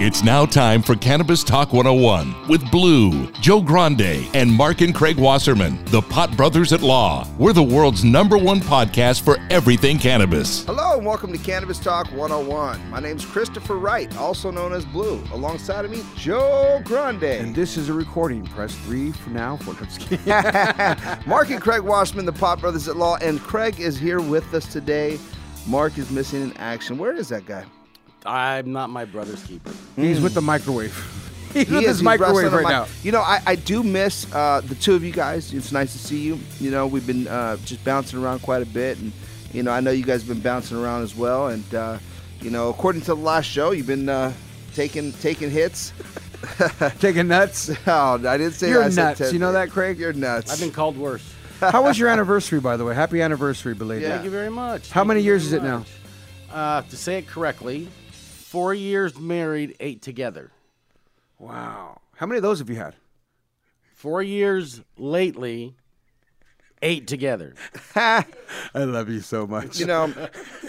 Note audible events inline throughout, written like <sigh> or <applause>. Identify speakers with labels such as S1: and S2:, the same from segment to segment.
S1: It's now time for Cannabis Talk 101 with Blue, Joe Grande, and Mark and Craig Wasserman, the Pot Brothers at Law. We're the world's number one podcast for everything cannabis.
S2: Hello and welcome to Cannabis Talk 101. My name's Christopher Wright, also known as Blue. Alongside of me, Joe Grande.
S3: And this is a recording. Press three for now. For I'm
S2: <laughs>
S3: just kidding.
S2: Mark and Craig Wasserman, the Pot Brothers at Law, and Craig is here with us today. Mark is missing in action. Where is that guy?
S4: I'm not my brother's keeper.
S3: He's with the microwave. He's with his
S2: he's
S3: microwave
S2: wrestling
S3: right
S2: a
S3: now.
S2: mic. You know, I, I do miss uh, the two of you guys. It's nice to see you. You know, we've been uh, just bouncing around quite a bit, and you know, I know you guys have been bouncing around as well. And uh, you know, according to the last show, you've been uh, taking taking hits. <laughs>
S3: Taking nuts.
S2: Oh, I didn't say
S3: You're
S2: that. I said
S3: nuts.
S2: ten-
S3: You know that, Craig?
S2: You're nuts.
S4: I've been called worse.
S3: How was your anniversary, by the way? Happy anniversary, belated.
S2: Yeah.
S4: Thank you very much.
S3: How
S4: Thank
S3: many
S4: you
S3: years
S4: very
S3: is it now?
S4: much. Uh, to say it correctly, four years married, eight together.
S3: Wow. How many of those have
S2: <laughs>
S3: you had?
S4: Four years lately, eight together.
S3: I love you so much.
S2: you
S4: <laughs>
S2: know,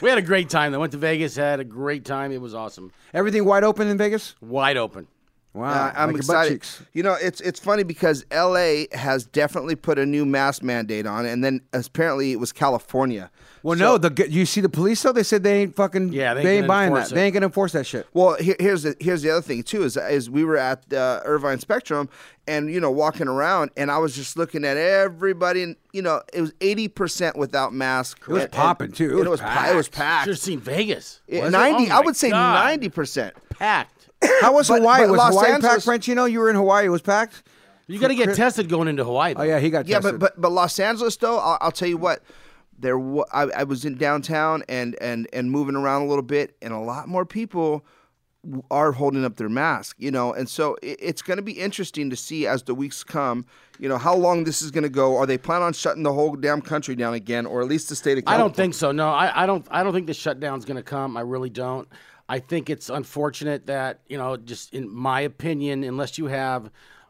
S4: We had a great time. I went to Vegas, had a great time. It was awesome.
S3: Everything wide open in Vegas?
S4: Wide open.
S3: Wow.
S2: Uh, I'm
S3: like your butt
S2: excited.
S3: cheeks.
S2: You know, it's it's funny because L.A. has definitely put a new mask mandate on, and then apparently it was California.
S3: Well,
S2: So-
S3: no, the g- you see the police though. They said they ain't fucking.
S4: Yeah, they
S3: they,
S4: ain't
S3: ain't
S4: gonna
S3: buying
S4: enforce
S3: that.
S4: it.
S3: They ain't gonna enforce that shit.
S2: Well, here, here's the here's the other thing too is is we were at uh, Irvine Spectrum and you know walking around and I was just looking at everybody and you know it was eighty percent without mask. It
S3: was popping, too. It was
S2: It was pa- it was packed.
S4: Should have seen Vegas.
S2: It-
S4: Was it?
S2: ninety,
S4: Oh
S2: I
S4: my
S2: would say
S4: God.
S2: ninety percent.
S4: Packed.
S3: How was
S2: <laughs> But-
S3: Hawaii?
S2: but
S3: was
S2: Los
S3: Hawaii
S2: Angeles-
S3: packed, French? You know, you were in Hawaii. It was packed.
S4: You got to get tested going into Hawaii.
S3: Oh
S4: though.
S3: yeah, he got
S2: Yeah, but
S3: tested.
S2: but but Los Angeles though, I'll, I'll tell you what. There, wa- I, I was in downtown and and and moving around a little bit, and a lot more people w- are holding up their mask, you know. And so it, it's going to be interesting to see as the weeks come, you know, how long this is going to go. Are they plan on shutting the whole damn country down again, or at least the state of
S4: I
S2: California?
S4: don't think so. No, I, I don't. I don't think the shutdown's going to come. I really don't. I think it's unfortunate that you know, just in my opinion, unless you have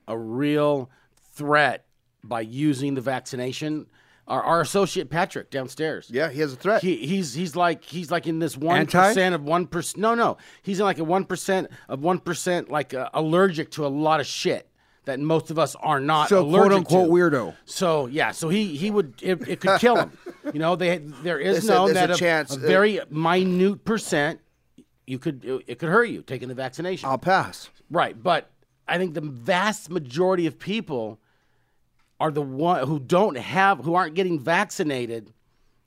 S4: a real threat by using the vaccination, our, our associate Patrick downstairs.
S2: Yeah, he has a threat.
S4: He, he's he's like he's like in this one
S3: Anti?
S4: percent of one percent. No, no, he's in like a one percent of one percent, like uh, allergic to a lot of shit that most of us are not.
S3: So, quote,
S4: allergic
S3: unquote,
S4: to.
S3: weirdo.
S4: So yeah, so he he would it, it could kill him. You know, they there is
S2: There's a-
S4: known
S2: there's
S4: that
S2: a
S4: a,
S2: chance,
S4: a
S2: uh,
S4: very minute percent you could it could hurt you taking the vaccination.
S2: I'll pass.
S4: right, but I think the vast majority of people are the one who don't have who aren't getting vaccinated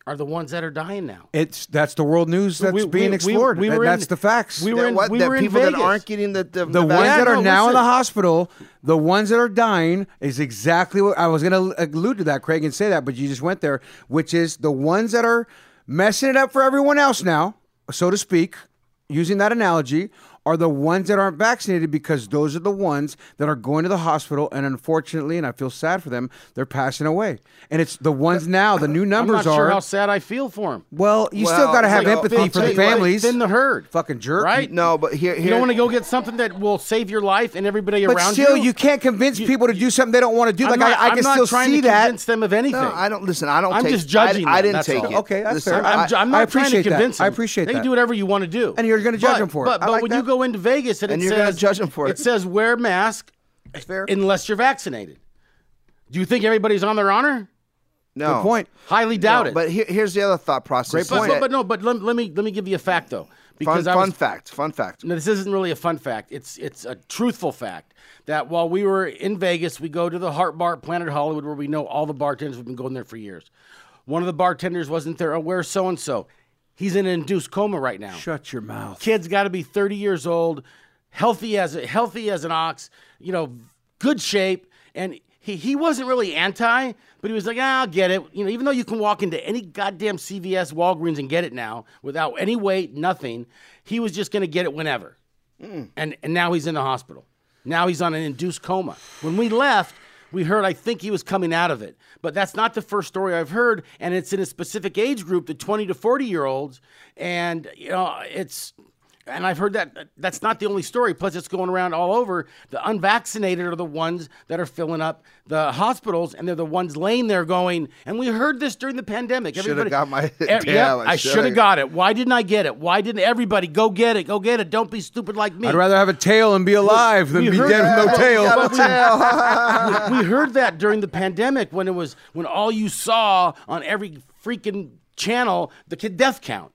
S4: are the ones that are dying now.
S3: it's that's the world news that's
S4: We-
S3: being
S4: we- we-
S3: explored.
S4: we
S3: and
S4: were in-
S3: that's the facts.
S4: we were
S2: That
S4: in-
S2: what,
S4: we
S2: that
S4: were in
S2: people that
S4: Vegas.
S2: aren't getting the the,
S3: the
S2: the
S3: ones
S2: vaccine-
S3: that are
S4: no,
S3: now in the
S4: listen.
S3: hospital, the ones that are dying is exactly what I was going to allude to that, Craig, and say that, but you just went there, which is the ones that are messing it up for everyone else now, so to speak, using that analogy, are the ones that aren't vaccinated because those are the ones that are going to the hospital and unfortunately, and I feel sad for them, they're passing away. And it's the ones now, the new
S4: I'm not
S3: numbers
S4: sure
S3: are
S4: how sad I feel for him.
S3: well, you still
S2: Well,
S3: got to have
S2: you know,
S3: empathy
S2: I'll
S3: for
S2: tell
S3: the
S2: you what,
S3: families.
S4: in the herd.
S3: Fucking jerk.
S4: Right?
S2: No, but here, here
S4: You don't want to go get something that will save your life and everybody
S3: But
S4: around
S3: still,
S4: you.
S3: you, can't convince people to do something they don't want to do.
S4: I'm
S3: like
S4: not,
S3: I, I
S4: am
S3: can
S4: not
S3: still
S4: trying
S3: see
S4: to
S3: that.
S4: convince them of anything.
S2: No, I don't listen. I don't.
S4: I'm
S2: take,
S4: just judging
S2: I, I
S4: them,
S2: didn't
S4: that's
S2: take
S4: all.
S2: it.
S3: Okay, that's
S2: Listen,
S3: fair.
S2: I-
S4: I'm, ju- I'm not
S3: I
S4: trying
S3: appreciate
S4: to
S3: that.
S4: convince them.
S3: I appreciate
S4: They
S3: that.
S4: can do whatever you want to do.
S3: And you're gonna judge
S4: But-
S3: them for it.
S4: But,
S3: I
S4: but
S3: like
S4: when you
S3: that.
S4: go into Vegas and,
S2: And
S4: it
S2: you're
S4: says
S2: gonna judge them for
S4: It
S2: it.
S4: says wear mask
S3: fair.
S4: unless you're vaccinated. Do you think everybody's on their honor?
S2: no
S3: Good point.
S4: Highly doubt it.
S2: But here, here's the other thought process.
S4: But-
S2: is
S4: but,
S2: that-
S4: but no, but let, let me let me give you a fact though.
S2: fun,
S4: Because I
S2: fun
S4: was,
S2: fact. Fun fact.
S4: No, this isn't really a fun fact. It's it's a truthful fact that while we were in Vegas, we go to the Heart Bar, Planet Hollywood, where we know all the bartenders. We've been going there for years. One of the bartenders wasn't there. Oh, where's so and so? He's in an induced coma right now.
S3: Shut your mouth.
S4: Kid's got to be 30 years old, healthy as a, healthy as an ox. You know, good shape, and he he wasn't really anti, but he was like, ah, I'll get it. You know, even though you can walk into any goddamn CVS, Walgreens, and get it now without any wait, nothing. He was just gonna get it whenever and and now he's in the hospital. Now he's on an induced coma. When we left, we heard I think he was coming out of it, but that's not the first story I've heard, and it's in a specific age group, the 20 to 40 year olds, and you know it's. And I've heard that that's not the only story. Plus, it's going around all over. The unvaccinated are the ones that are filling up the hospitals, and they're the ones laying there going. And we heard this during the pandemic.
S2: Shoulda
S4: Everybody-
S2: got my-
S4: Eh,
S2: <laughs> Yeah,
S4: <laughs> yep,
S2: I
S4: I should
S2: shoulda
S4: have got it. Why didn't I get it? Why didn't everybody go get it? Go get it. Don't be stupid like me.
S3: I'd rather have a tail and be alive than
S4: We
S3: be
S4: heard
S3: dead with no
S4: that.
S3: tail.
S4: But we- <laughs> we, we heard that during the pandemic when it was when all you saw on every freaking channel the kid death count.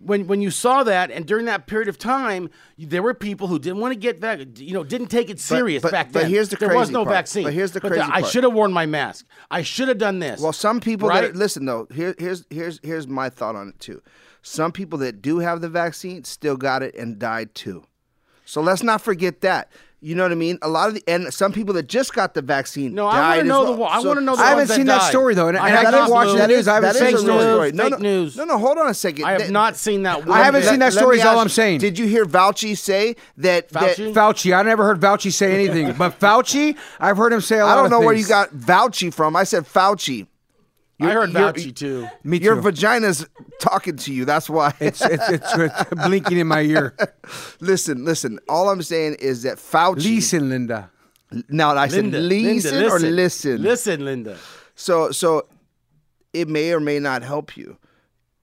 S4: When when you saw that and during that period of time, you- there were people who didn't want to get back, you know, didn't take it serious
S2: but-
S4: back
S2: but
S4: then.
S2: here's the
S4: there was
S2: crazy
S4: no
S2: part.
S4: vaccine.
S2: But here's the
S4: the-
S2: crazy
S4: I
S2: part.
S4: should have worn my mask. I should have done this.
S2: Well, some people
S4: right?
S2: that listen though. Here, here's here's here's my thought on it too. Some people that do have the vaccine still got it and died too. So let's not forget that. You know what I mean? A lot of the and some people that just got the vaccine.
S4: No,
S2: died
S4: I want to
S2: as
S4: know
S2: well.
S4: the. I
S2: So-
S4: want to know. The
S3: I haven't
S4: ones
S3: seen that
S4: died.
S3: story, though, and- and
S4: have
S3: I keep
S4: not-
S3: watching that news. I haven't
S2: that
S3: seen
S2: is
S3: the
S2: a real
S3: news.
S2: story.
S4: Fake
S2: no, no,
S4: news.
S2: No, no, hold on a second.
S4: I have
S2: That-
S4: not seen that one
S3: I haven't
S4: bit.
S3: seen that
S2: let
S3: story
S2: me
S3: is all
S2: ask
S3: I'm
S2: you,
S3: saying.
S2: Did you hear Fauci say that? that-
S4: Fauci?
S3: Fauci. I never heard Fauci say anything, <laughs> but Fauci, I've heard him say a lot
S2: I don't
S3: of
S2: know where you
S3: things.
S2: got Fauci from. I said Fauci.
S4: I heard
S2: You're-
S4: Fauci too.
S3: Me
S2: Your
S3: <laughs> too.
S2: vagina's talking to you. That's why.
S3: it's, it's, it's, it's blinking in my <laughs> ear.
S2: <laughs> listen, listen. All I'm saying is that Fauci.
S3: Listen, Linda.
S2: Now I said
S4: Linda,
S2: listen
S4: Linda,
S2: or listen.
S4: Listen, Linda.
S2: So so it may or may not help you.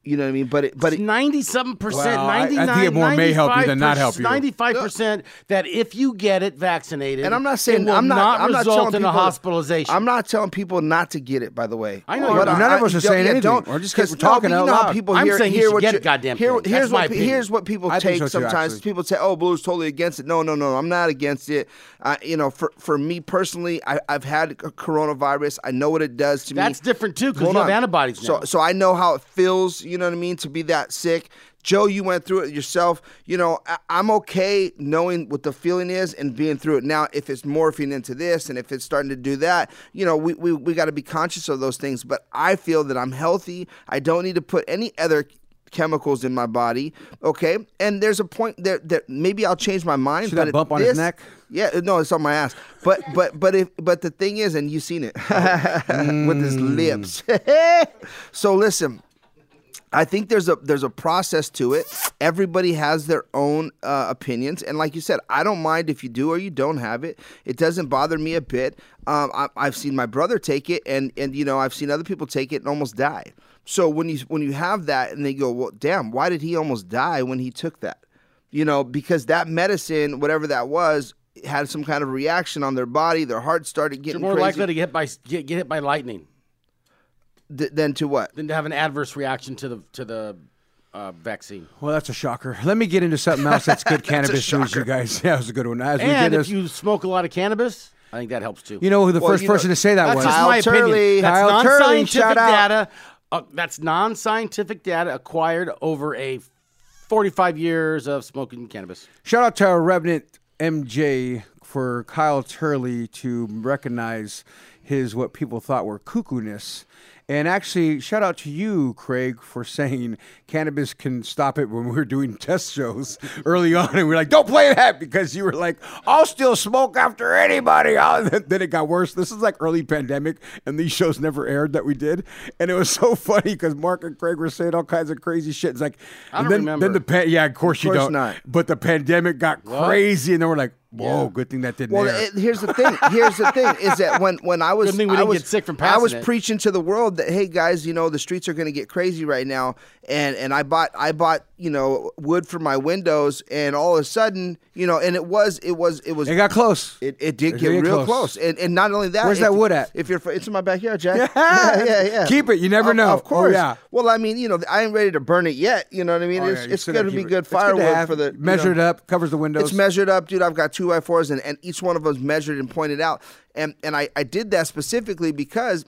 S2: You know what I mean? But it, but it,
S4: Ninety-seven percent,
S3: Well, I- I think
S4: ninety-nine.
S3: it more may help you than not help you.
S4: Ninety-five percent that if you get it vaccinated,
S2: and I'm not saying
S4: it will
S2: I'm not, I'm not
S4: result
S2: telling
S4: in
S2: people,
S4: a hospitalization.
S2: I'm not telling people not to get it. By the way,
S4: I know you're
S2: But
S4: not.
S3: None of us
S2: don't-
S3: are saying
S2: yeah,
S3: anything.
S2: don't-
S3: We're just kidding.
S2: 'cause
S3: We're talking
S2: no, but
S3: out
S2: you know how
S3: loud.
S2: People
S4: I'm
S2: hear,
S4: saying you
S2: hear
S4: should
S2: what
S4: get
S2: you-
S4: a goddamn
S2: Here,
S4: thing. That's
S2: here's
S4: my
S2: what pe-
S4: opinion.
S2: here's what people
S3: I think
S2: take
S3: so too,
S2: sometimes.
S3: actually.
S2: People say, "Oh, Blue's totally against it." No, no, no, I'm not against it. I, you know, for for me personally, I, I've had a coronavirus. I know what it does to me.
S4: That's different too because
S2: Hold
S4: you have
S2: on.
S4: antibodies now.
S2: So, so I know how it feels. You know what I mean to be that sick. Joe, you went through it yourself. You know, I, I'm okay knowing what the feeling is and being through it. Now, if it's morphing into this and if it's starting to do that, you know, we, we, we got to be conscious of those things. But I feel that I'm healthy. I don't need to put any other chemicals in my body. Okay. And there's a point there that maybe I'll change my mind.
S3: See
S2: but
S3: that
S2: if
S3: bump on his
S2: this-
S3: neck?
S2: Yeah, no, it's on my ass. But but but if but the thing is, and you've seen it <laughs> with his lips.
S4: Mm.
S2: <laughs> so listen, I think there's a there's a process to it. Everybody has their own uh, opinions, and like you said, I don't mind if you do or you don't have it. It doesn't bother me a bit. Um, I, I've seen my brother take it, and and you know I've seen other people take it and almost die. So when you when you have that, and they go, well, damn, why did he almost die when he took that? You know, because that medicine, whatever that was, had some kind of reaction on their body. Their heart started
S4: You're
S2: getting
S4: more
S2: crazy.
S4: likely to get hit by get, get hit by lightning
S2: th- than to what?
S4: than to have an adverse reaction to the to the uh, vaccine.
S3: Well, that's a shocker. Let me get into something else <laughs> that's good cannabis news, you guys. <laughs> Yeah, that was a good one. As we did
S4: And if
S3: this,
S4: you smoke a lot of cannabis, I think that helps too.
S3: you know who the
S2: Well,
S3: first
S2: you know,
S3: person to say that
S4: That's
S3: was?
S4: just
S2: Kyle
S4: my
S2: Turley.
S4: opinion. That's
S3: Kyle Turley,
S4: non-scientific
S3: shout out.
S4: data. Uh, that's non-scientific data acquired over a 45 years of smoking cannabis.
S3: Shout out to our Revenant MJ for Kyle Turley to recognize his what people thought were cuckoo-ness. And actually, shout out to you, Craig, for <laughs> saying cannabis can stop it when we were doing test shows <laughs> early on. And we are like, don't play that because you were like, I'll still smoke after anybody. <laughs> I'll- Then it got worse. This is like early pandemic, and these shows never aired that we did. And it was so <laughs> funny because Mark and Craig were saying all kinds of crazy shit. It's like,
S4: I don't
S3: and then,
S4: remember.
S3: then the pan- yeah, of course,
S2: course
S3: you don't.
S2: not.
S3: But the pandemic got crazy, and then we're like, whoa,
S4: Yeah.
S3: good thing that didn't
S2: Well,
S3: air.
S2: it, here's the thing. Here's the thing is that when when I was
S4: Good thing we
S2: I
S4: didn't
S2: was
S4: get sick from
S2: I was
S4: passing it.
S2: preaching to the world that hey guys, you know the streets are going to get crazy right now, and and I bought I bought you know wood for my windows, and all of a sudden you know, and it was it was it was
S3: it got close.
S2: It, it did get
S3: It did get
S2: real close.
S3: close.
S2: and and not only that.
S3: Where's
S2: if-
S3: that wood at?
S2: If you're, fr- it's in my backyard,
S3: <laughs>
S2: Jack.
S3: Yeah.
S2: yeah, yeah.
S3: Keep it. You never
S2: Of-
S3: know.
S2: Of
S3: Oh,
S2: course.
S3: yeah.
S2: Well, I mean, you know, I ain't ready to burn it yet. You know what I mean?
S3: Oh,
S2: it's
S3: yeah, you
S2: it's
S3: still
S2: going
S3: gotta
S2: to be
S3: keep it-
S2: good
S3: it's to
S2: firewood
S3: have
S2: for the you know.
S3: measured up covers the windows.
S2: It's measured up, dude. I've got two by fours, and, and each one of them's measured and pointed out. And and I, I did that specifically because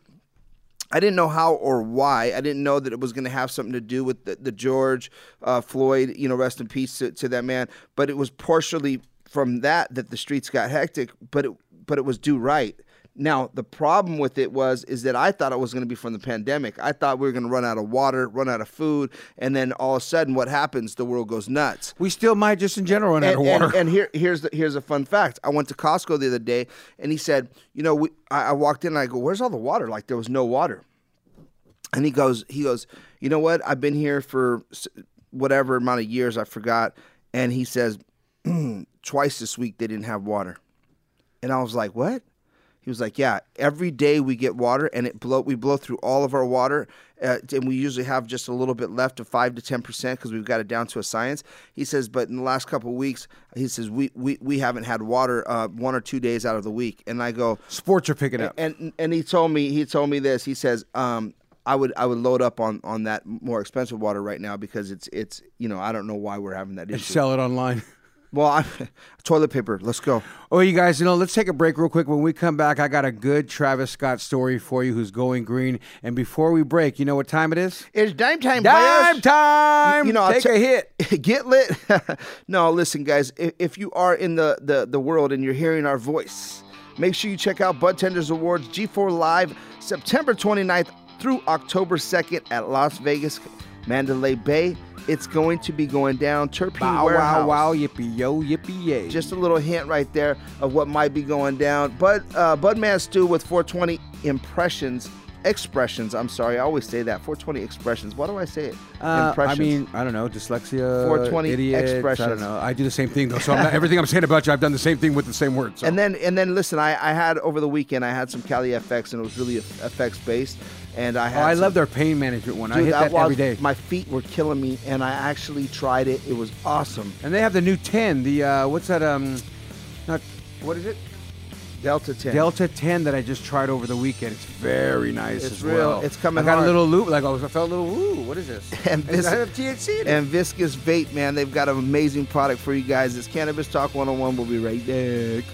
S2: I didn't know how or why. I didn't know that it was going to have something to do with the, the George uh, Floyd, you know, rest in peace to, to that man. But it was partially from that that the streets got hectic. But it but it was due right. Now the problem with it was is that I thought it was going to be from the pandemic. I thought we were going to run out of water, run out of food, and then all of a sudden, what happens? The world goes nuts
S3: we still might just in general run out of
S2: and,
S3: water.
S2: and- and here, here's the, here's a fun fact. I went to Costco the other day, and he said, you know, we, I, I walked in, and I go, where's all the water? Like there was no water. And he goes, he goes, you know what? I've been here for s- whatever amount of years, I forgot. And he says, <clears throat> twice this week they didn't have water, and I was like, what? He was like, yeah, every day we get water, and it blow we blow through all of our water, uh, and we usually have just a little bit left of five to ten percent because we've got it down to a science. He says, but in the last couple of weeks, he says we we, we haven't had water uh, one or two days out of the week, and I go,
S3: Sports are picking up.
S2: and and he told me he told me this. He says, um, I would I would load up on on that more expensive water right now because it's it's you know I don't know why we're having that issue.
S3: Sell it online. <laughs>
S2: well, I'm, <laughs> toilet paper. Let's go.
S3: Oh, you guys, you know, let's take a break real quick. When we come back, I got a good Travis Scott story for you who's going green. And before we break, you know what time it is?
S2: It's dime time.
S3: Dime time!
S2: You know, I'll
S3: take
S2: tell-
S3: a
S2: <laughs>
S3: hit.
S2: get lit. no, listen, guys. If, if you are in the, the the world and you're hearing our voice, make sure you check out Bud Tenders Awards G4 Live September 29th through October 2nd at Las Vegas, Mandalay Bay. It's going to be going down. Terpene
S3: Wow,
S2: Warehouse.
S3: wow, wow, yippee yo, yippee yay.
S2: Just a little hint right there of what might be going down. But uh, Budman Stew with 420 impressions. Expressions. I'm sorry. I always say that. 420 expressions. Why do I say it?
S3: Uh, I mean, I don't know, dyslexia,
S2: 420
S3: idiots, I
S2: expressions.
S3: don't know. I do the same thing though, so I'm not, everything I'm saying about you, I've done the same thing with the same words. So.
S2: And then and then listen, I, I had over the weekend I had some Cali FX and it was really FX based, and I
S3: oh,
S2: had.
S3: I
S2: some-
S3: love their pain management one. I hit
S2: Dude,
S3: that
S2: well,
S3: every day.
S2: My feet were killing me, and I actually tried it. It was awesome.
S3: and they have the new 10, the, uh, what's that, um, not, what is it?
S2: Delta Ten.
S3: Delta 10 that I just tried over the weekend. It's very nice
S2: It's
S3: as
S2: real.
S3: well.
S2: It's coming
S3: I got
S2: hard.
S3: a little loop. Like I, was, I felt a little. Ooh, what is this?
S2: <laughs> And
S3: Does
S2: this-
S3: that have THC in it?
S2: and Viscous Vape, man, they've got an amazing product for you guys. It's Cannabis Talk 101. We'll be right back.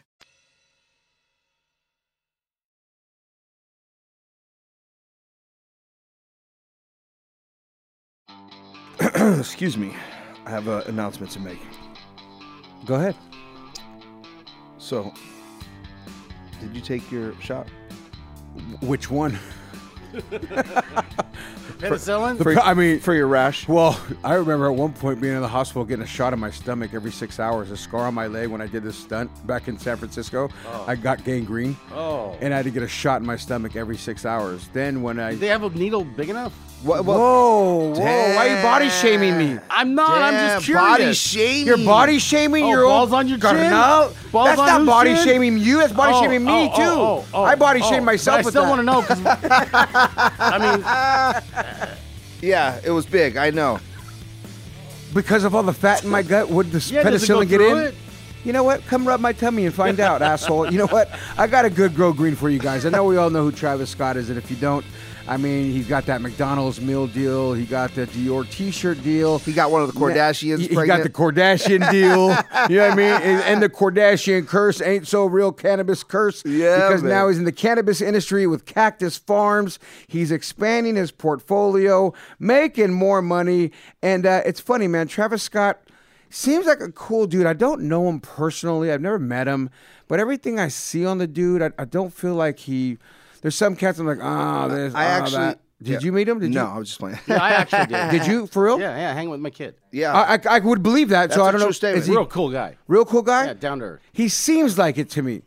S2: <clears throat> Excuse me. I have an announcement to make.
S3: Go ahead.
S2: So, did you take your shot?
S3: Which one?
S4: Penicillin?
S3: The pro- I mean,
S2: For your rash?
S3: Well, I remember at one point being in the hospital getting a shot in my stomach every six hours, a scar on my leg when I did this stunt back in San Francisco. I got gangrene.
S4: Oh.
S3: And I had to get a shot in my stomach every six hours. Then when I.
S4: Did they have a needle big enough?
S2: What, what-
S3: whoa, whoa, why are you body shaming me?
S4: I'm not. I'm just
S2: Damn,
S4: curious.
S2: body shaming.
S3: You're body shaming
S4: Oh,
S3: your own.
S4: balls on your chin?
S3: No,
S4: Balls
S3: that's
S4: on
S3: not
S4: whose
S3: body
S4: chin?
S3: shaming you. That's body
S4: Oh,
S3: shaming me
S4: oh,
S3: too.
S4: oh, oh, oh,
S3: I body
S4: oh.
S3: shame
S4: But
S3: myself.
S4: I still want
S3: want
S4: to know
S3: <laughs>
S4: because I mean,
S2: Yeah, it was big. I know.
S3: because of all the fat in my gut. Would this
S4: Yeah, does it go
S3: penicillin get
S4: through
S3: in?
S4: it?
S3: You know what? Come rub my tummy and find
S4: <laughs>
S3: out, asshole. You know what? I got a good grow green for you guys. I know we all know who Travis Scott is, and if you don't, I mean, he's got that McDonald's meal deal. He got the Dior T-shirt deal.
S2: He got
S3: <laughs>
S2: one of the Kardashians
S3: He, he got
S2: pregnant.
S3: the
S2: <laughs>
S3: Kardashian deal. you know what I mean? And, and the Kardashian curse ain't so real cannabis curse.
S2: Yeah,
S3: Because
S2: man.
S3: now he's in the cannabis industry with Cactus Farms. He's expanding his portfolio, making more money. And uh, it's funny, man. Travis Scott seems like a cool dude. I don't know him personally, I've never met him. But everything I see on the dude, I, I don't feel like he. There's some cats I'm like, ah, there's.
S2: I
S3: ah,
S2: actually.
S3: that." Did
S2: Yeah.
S3: you meet him? Did
S2: no, I
S3: You?
S2: was just playing.
S4: I actually did.
S3: Did you? For real?
S4: Yeah, yeah. Hang with my kid.
S2: <laughs> yeah.
S3: I, I, I would believe that.
S2: That's
S3: so I
S2: a
S3: don't
S2: true
S3: know.
S2: statement.
S3: Is he
S4: Real cool guy.
S3: Real cool guy.
S4: Yeah, down to earth.
S3: He seems like it to me.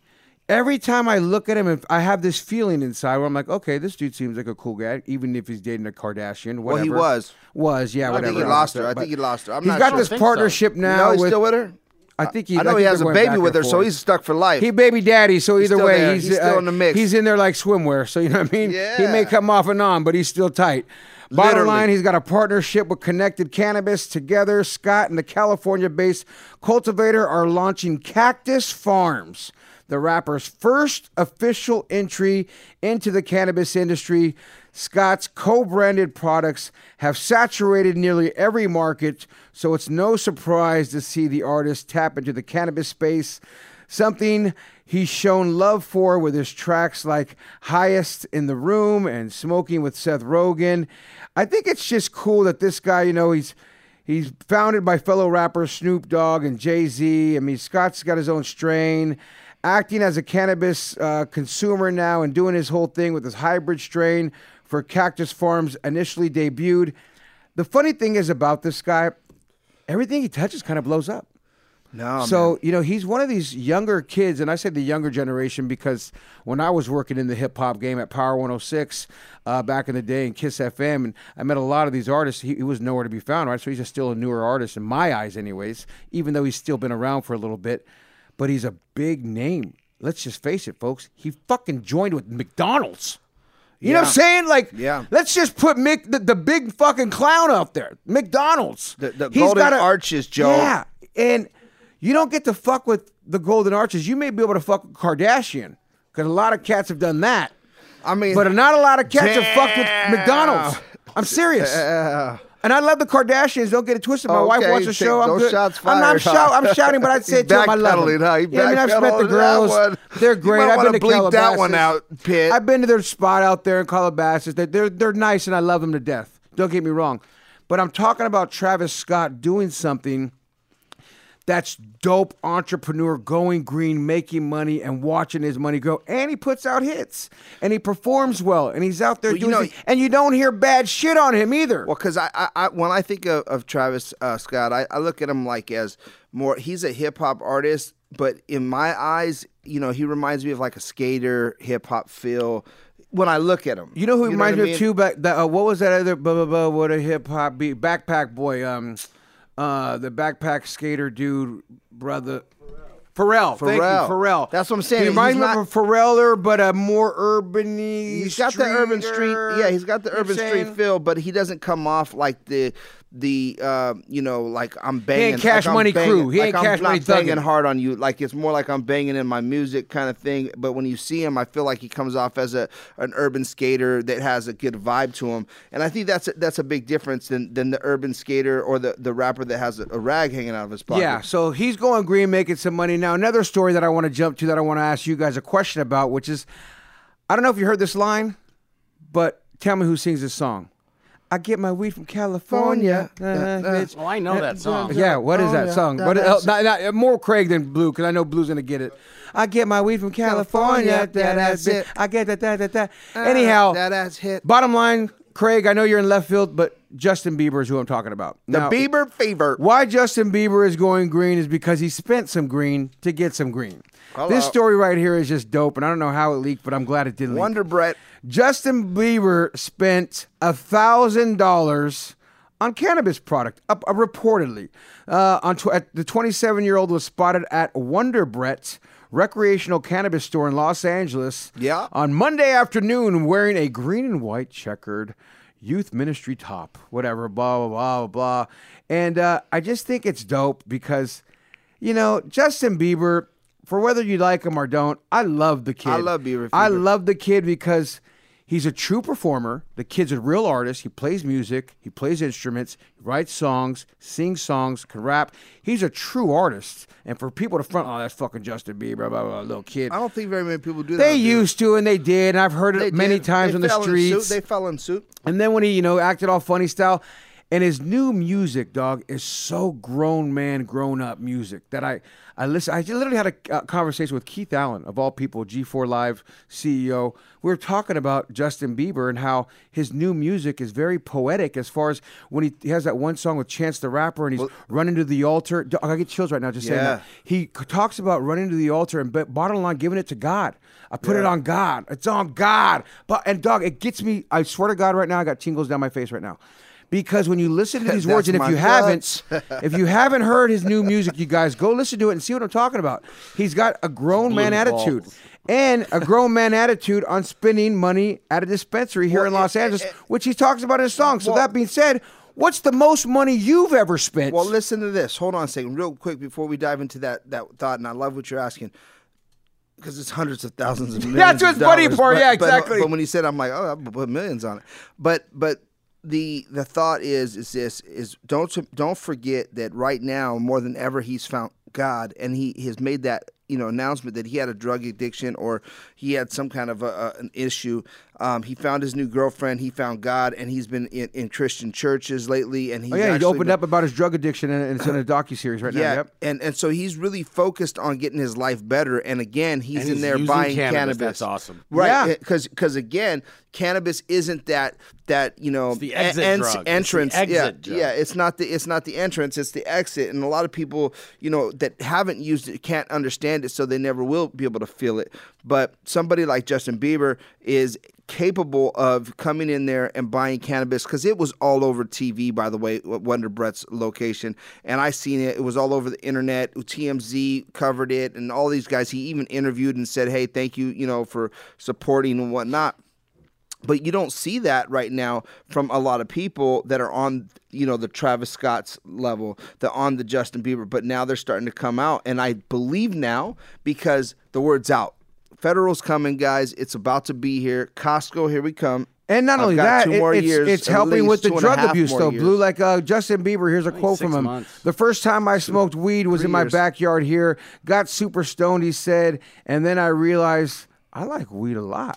S3: Every time I look at him, and I have this feeling inside where I'm like, okay, this dude seems like a cool guy, even if he's dating a Kardashian. Whatever.
S2: Well, he was.
S3: Was yeah.
S2: I think
S3: whatever.
S2: he lost her. I
S3: But
S2: think he lost her. I'm
S3: he's
S2: not
S3: got
S2: sure.
S3: this
S4: Think so.
S3: partnership now.
S2: no, he's
S3: with,
S2: still with her.
S3: I think he.
S2: I know
S3: think
S2: he
S3: they're
S2: has a
S3: going
S2: baby
S3: back
S2: with her,
S3: and
S2: so
S3: forth.
S2: he's stuck for life.
S3: He baby daddy, so either
S2: still
S3: way,
S2: there.
S3: he's uh,
S2: He's still in the mix.
S3: He's in there like swimwear, so you know what I mean. He may
S2: Yeah.
S3: come off and on, but he's still tight. Bottom
S2: Literally.
S3: line, he's got a partnership with Connected Cannabis. Together, Scott and the California-based cultivator are launching Cactus Farms, the rapper's first official entry into the cannabis industry. Scott's co-branded products have saturated nearly every market, so it's no surprise to see the artist tap into the cannabis space something he's shown love for with his tracks like Highest in the Room and Smoking with Seth Rogen. I think it's just cool that this guy, you know, he's he's founded by fellow rappers Snoop Dogg and Jay-Z. I mean, Scott's got his own strain. Acting as a cannabis uh, consumer now and doing his whole thing with his hybrid strain for Cactus Farms initially debuted. The funny thing is about this guy, everything he touches kind of blows up.
S2: no.
S3: So you know he's one of these younger kids, and I say the younger generation because when I was working in the hip hop game at Power 106 uh, back in the day in Kiss FM, and I met a lot of these artists. He, he was nowhere to be found, right? So he's just still a newer artist in my eyes, anyways. Even though he's still been around for a little bit, but he's a big name. Let's just face it, folks. He fucking joined with McDonald's. You know what I'm saying? Like,
S2: Yeah.
S3: let's just put Mick, the, the big fucking clown out there, McDonald's.
S2: The- the
S3: He's
S2: golden
S3: got a-
S2: arches, Joe.
S3: Yeah, and you don't get to fuck with the golden arches. You may be able to fuck with Kardashian because a lot of cats have done that,
S2: I mean,
S3: but
S2: <laughs>
S3: not a lot of cats have fucked with McDonald's. I'm serious.
S2: Uh,
S3: And I love the Kardashians. Don't get it twisted. My wife
S2: Okay,
S3: watches the
S2: take
S3: show. I'm
S2: those
S3: good.
S2: shots
S3: I'm, I'm,
S2: fired,
S3: shout,
S2: huh?
S3: I'm shouting,
S2: <laughs>
S3: but I'd say
S2: He's
S3: to them, I love them.
S2: backpedaling, huh? He
S3: Yeah, I mean, I've met
S2: backpedaling
S3: the
S2: to that
S3: girls.
S2: one.
S3: They're
S2: You
S3: great.
S2: might
S3: I've
S2: wanna
S3: been to
S2: bleep that
S3: Calabasas.
S2: one out, Pitt.
S3: I've been to their spot out there in Calabasas. They're, they're, they're nice, and I love them to death. Don't get me wrong. But I'm talking about Travis Scott doing something That's dope entrepreneur going green, making money and watching his money grow. And he puts out hits and he performs well and he's out there
S2: Well, you
S3: doing
S2: know-
S3: his- and you don't hear bad shit on him either.
S2: Well, because I, I, I, when I think of, of Travis uh, Scott, I, I look at him like as more, he's a hip hop artist, but in my eyes, you know, he reminds me of like a skater, hip hop feel when I look at him.
S3: You know who he reminds
S2: what I
S3: me
S2: mean?
S3: of too? Back that uh, what was that other blah blah blah? What a hip hop beat, backpack boy. Um, uh, the backpack skater dude, brother. Pharrell, thank you,
S2: Pharrell.
S3: Pharrell.
S2: That's what I'm saying.
S3: He
S2: He's
S3: reminds me
S2: not-
S3: of a Pharreller, but a more urban. He's
S2: He's got the urban street. Yeah, he's got the urban street feel, but he doesn't come off like the the uh, you know like I'm banging.
S3: Cash
S2: like I'm
S3: Money
S2: banging-
S3: Crew. He
S2: like
S3: ain't
S2: I'm
S3: Cash
S2: not
S3: Money
S2: banging
S3: thugging.
S2: hard on you. Like it's more like I'm banging in my music kind of thing. But when you see him, I feel like he comes off as a an urban skater that has a good vibe to him, and I think that's a, that's a big difference than than the urban skater or the the rapper that has a, a rag hanging out of his pocket.
S3: Yeah, so he's going green, making some money. Now, another story that I want to jump to that I want to ask you guys a question about, which is I don't know if you heard this line, but tell me who sings this song. I get my weed from California. Uh,
S2: Yeah, yeah.
S3: It's-
S4: Oh, I know that song.
S3: Yeah, what is that
S2: yeah.
S3: song?
S2: That-
S3: But uh,
S2: that's-
S3: not, not, more Craig than Blue, because I know Blue's gonna get it. I get my weed from California.
S2: California,
S3: that
S2: that's
S3: ass bitch.
S2: it.
S3: I get that that that that. Anyhow,
S2: that ass hit.
S3: Bottom line, Craig, I know you're in left field, but Justin Bieber is who I'm talking about.
S2: The Bieber fever.
S3: Why Justin Bieber is going green is because he spent some green to get some green. This story right here is just dope, and I don't know how it leaked, but I'm glad it did leak.
S2: Wonder Brett.
S3: Justin Bieber spent a thousand dollars on cannabis product, up, uh, reportedly. Uh, on tw- at- the 27-year-old was spotted at Wonder Brett's recreational cannabis store in Los Angeles.
S2: Yeah.
S3: On Monday afternoon, wearing a green and white checkered youth ministry top, whatever, blah blah blah blah blah. And uh, I just think it's dope because, you know, Justin Bieber. For whether you like him or don't, I love the kid.
S2: I love Bieber
S3: I
S2: Fever.
S3: love the kid because he's a true performer. The kid's a real artist. He plays music, he plays instruments, he writes songs, sings songs, can rap. He's a true artist. And for people to front, oh, that's fucking Justin Bieber, blah, blah, blah, little kid.
S2: I don't think very many people do that.
S3: They
S2: dude.
S3: used to, and they did. And I've heard it
S2: They
S3: many
S2: did.
S3: times
S2: They
S3: on the
S2: fell in suit.
S3: streets.
S2: They fell in suit.
S3: And then when he, you know, acted all funny style, and his new music, dog, is so grown man, grown up music that I, I listen. I just literally had a uh, conversation with Keith Allen of all people, G4 Live CEO. We were talking about Justin Bieber and how his new music is very poetic. As far as when he, he has that one song with Chance the Rapper and he's running to the altar. Dog, I get chills right now just saying
S2: Yeah.
S3: that. He c- talks about running to the altar and but bottom line, giving it to God. I put it on God. It's on God. But and dog, it gets me. I swear to God, right now, I got tingles down my face right now, because when you
S2: <laughs>
S3: listen to these words, and
S2: That's
S3: if you
S2: my
S3: haven't, if you haven't heard his new music, you guys go listen to it and see what I'm talking about. He's got a grown man attitude. And a grown man attitude on spending money at a dispensary here in Los Angeles, which he talks about in his song. So that being said, what's the most money you've ever spent?
S2: Well, listen to this. Hold on a second, real quick, before we dive into that that thought. And I love what you're asking because it's hundreds of thousands of millions.
S3: That's
S2: of
S3: what's funny
S2: dollars.
S3: part,
S2: But-
S3: yeah,
S2: but-
S3: exactly.
S2: But when he said, I'm like, oh, I put millions on it. But but the the thought is is this is don't don't forget that right now more than ever he's found God and he has made that you know announcement that he had a drug addiction or he had some kind of a, a- an issue. Um, he found his new girlfriend. He found God, and he's been in, in Christian churches lately. And he's
S3: Oh, yeah, he
S2: actually
S3: opened
S2: been-
S3: up about his drug addiction, and and it's in a docu series right now.
S2: yeah,
S3: Yep.
S2: and and so he's really focused on getting his life better. And again, he's
S4: And
S2: in
S4: he's
S2: there
S4: using
S2: buying
S4: cannabis.
S2: cannabis.
S4: That's awesome.
S3: Yeah.
S2: right? Because again, cannabis isn't that that you know
S4: the exit
S2: en-
S4: drug. It's the
S2: Um, entrance.
S4: exit
S2: yeah,
S4: drug.
S2: yeah. It's not the it's not the entrance. It's the exit. And a lot of people you know that haven't used it can't understand it, so they never will be able to feel it. But somebody like Justin Bieber is capable of coming in there and buying cannabis because it was all over TV, by the way, w- Wonder Brett's location. And I seen it. It was all over the internet. TMZ covered it and all these guys. He even interviewed and said, hey, thank you, you know, for supporting and whatnot but you don't see that right now from a lot of people that are on you know the Travis Scott's level, the on the Justin Bieber, but now they're starting to come out and I believe now because the word's out. Federal's coming guys, it's about to be here. Costco, here we come.
S3: And not
S2: I've
S3: only
S2: got
S3: that,
S2: two
S3: it-
S2: more
S3: it's,
S2: years,
S3: it's
S2: at least
S3: helping with the
S2: two and a
S3: drug
S2: half
S3: abuse,
S2: more
S3: though.
S2: years.
S3: Blue, like uh, Justin Bieber, here's a quote
S4: six
S3: from him.
S4: months.
S3: The first time I smoked weed was in my
S2: years.
S3: backyard here, got super stoned, he said, and then I realized I like weed a lot.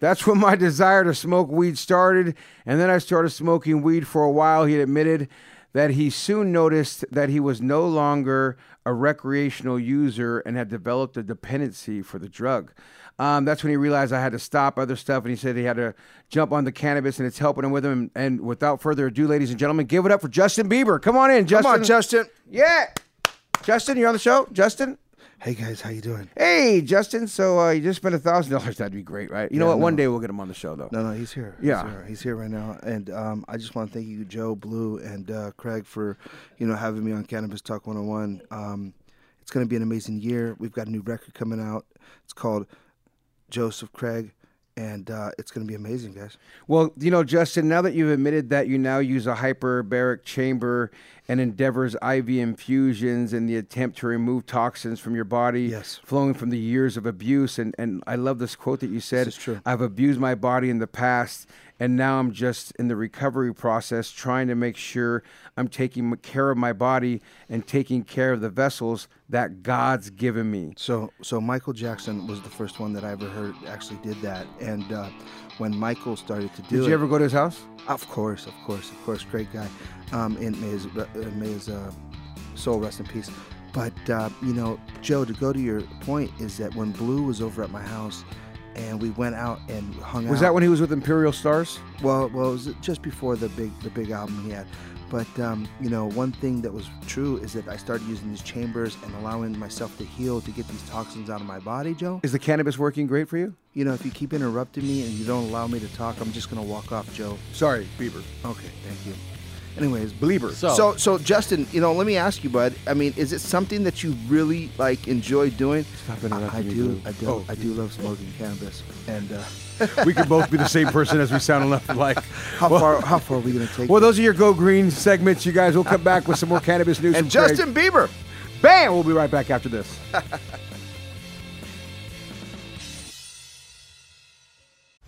S3: That's when my desire to smoke weed started, and then I started smoking weed for a while, he admitted. that he soon noticed that he was no longer a recreational user and had developed a dependency for the drug. Um, that's when he realized I had to stop other stuff, and he said he had to jump on the cannabis, and it's helping him with him. And without further ado, ladies and gentlemen, give it up for Justin Bieber. Come on in, Justin.
S2: Come on, Justin.
S3: Yeah, Justin, you're on the show. Justin,
S2: Hey guys, how you doing?
S3: hey, Justin. So uh, you just spent a thousand dollars. That'd be great, right? You know what? One day we'll get him on the show, though.
S2: No, no, he's here.
S3: Yeah.
S2: he's here, He's here right now, and um, I just want to thank you, Joe, Blue, and uh, Craig for, you know, having me on Cannabis Talk 101. Um, it's going to be an amazing year. We've got a new record coming out. It's called Joseph Craig, and uh, it's going to be amazing, guys.
S3: Well, you know, Justin, now that you've admitted that you now use a hyperbaric chamber and endeavors IV infusions in the attempt to remove toxins from your body,
S2: Yes.
S3: flowing from the years of abuse, and, and I love this quote that you said
S2: is true.
S3: I've abused my body in the past, and now I'm just in the recovery process trying to make sure I'm taking care of my body and taking care of the vessels that God's given me.
S2: So, so Michael Jackson was the first one that I ever heard actually did that, and uh, when Michael started to do
S3: Did
S2: it,
S3: you ever go to his house?
S2: Of course, of course, of course, great guy. Um, and may his, uh, may his uh, soul rest in peace. But uh, you know, Joe, to go to your point is that when Blue was over at my house, and we went out and hung out.
S3: Was that when he was with Imperial Stars?
S2: Well, well, it was just before the big the big album he had. But um, you know, one thing that was true is that I started using these chambers and allowing myself to heal to get these toxins out of my body, Joe.
S3: Is the cannabis working great for you?
S2: You know, if you keep interrupting me and you don't allow me to talk, I'm just gonna walk off, Joe.
S3: Sorry, Bieber.
S2: Okay, thank you. Anyways,
S3: Belieber.
S4: So-
S2: so so Justin, you know, let me ask you, bud. I mean, is it something that you really like enjoy doing?
S3: Stop
S2: I, I
S3: interrupting me,
S2: do,
S3: Blue.
S2: I do,
S3: Oh.
S2: I do love smoking cannabis. And <laughs> uh,
S3: we could both be the same person as we sound enough alike.
S2: how far how far are we gonna take?
S3: Well,
S2: this?
S3: those are your Go Green segments, you guys. We'll come back with some more cannabis news.
S2: and
S3: from Craig.
S2: Justin Bieber.
S3: bam! We'll be right back after this.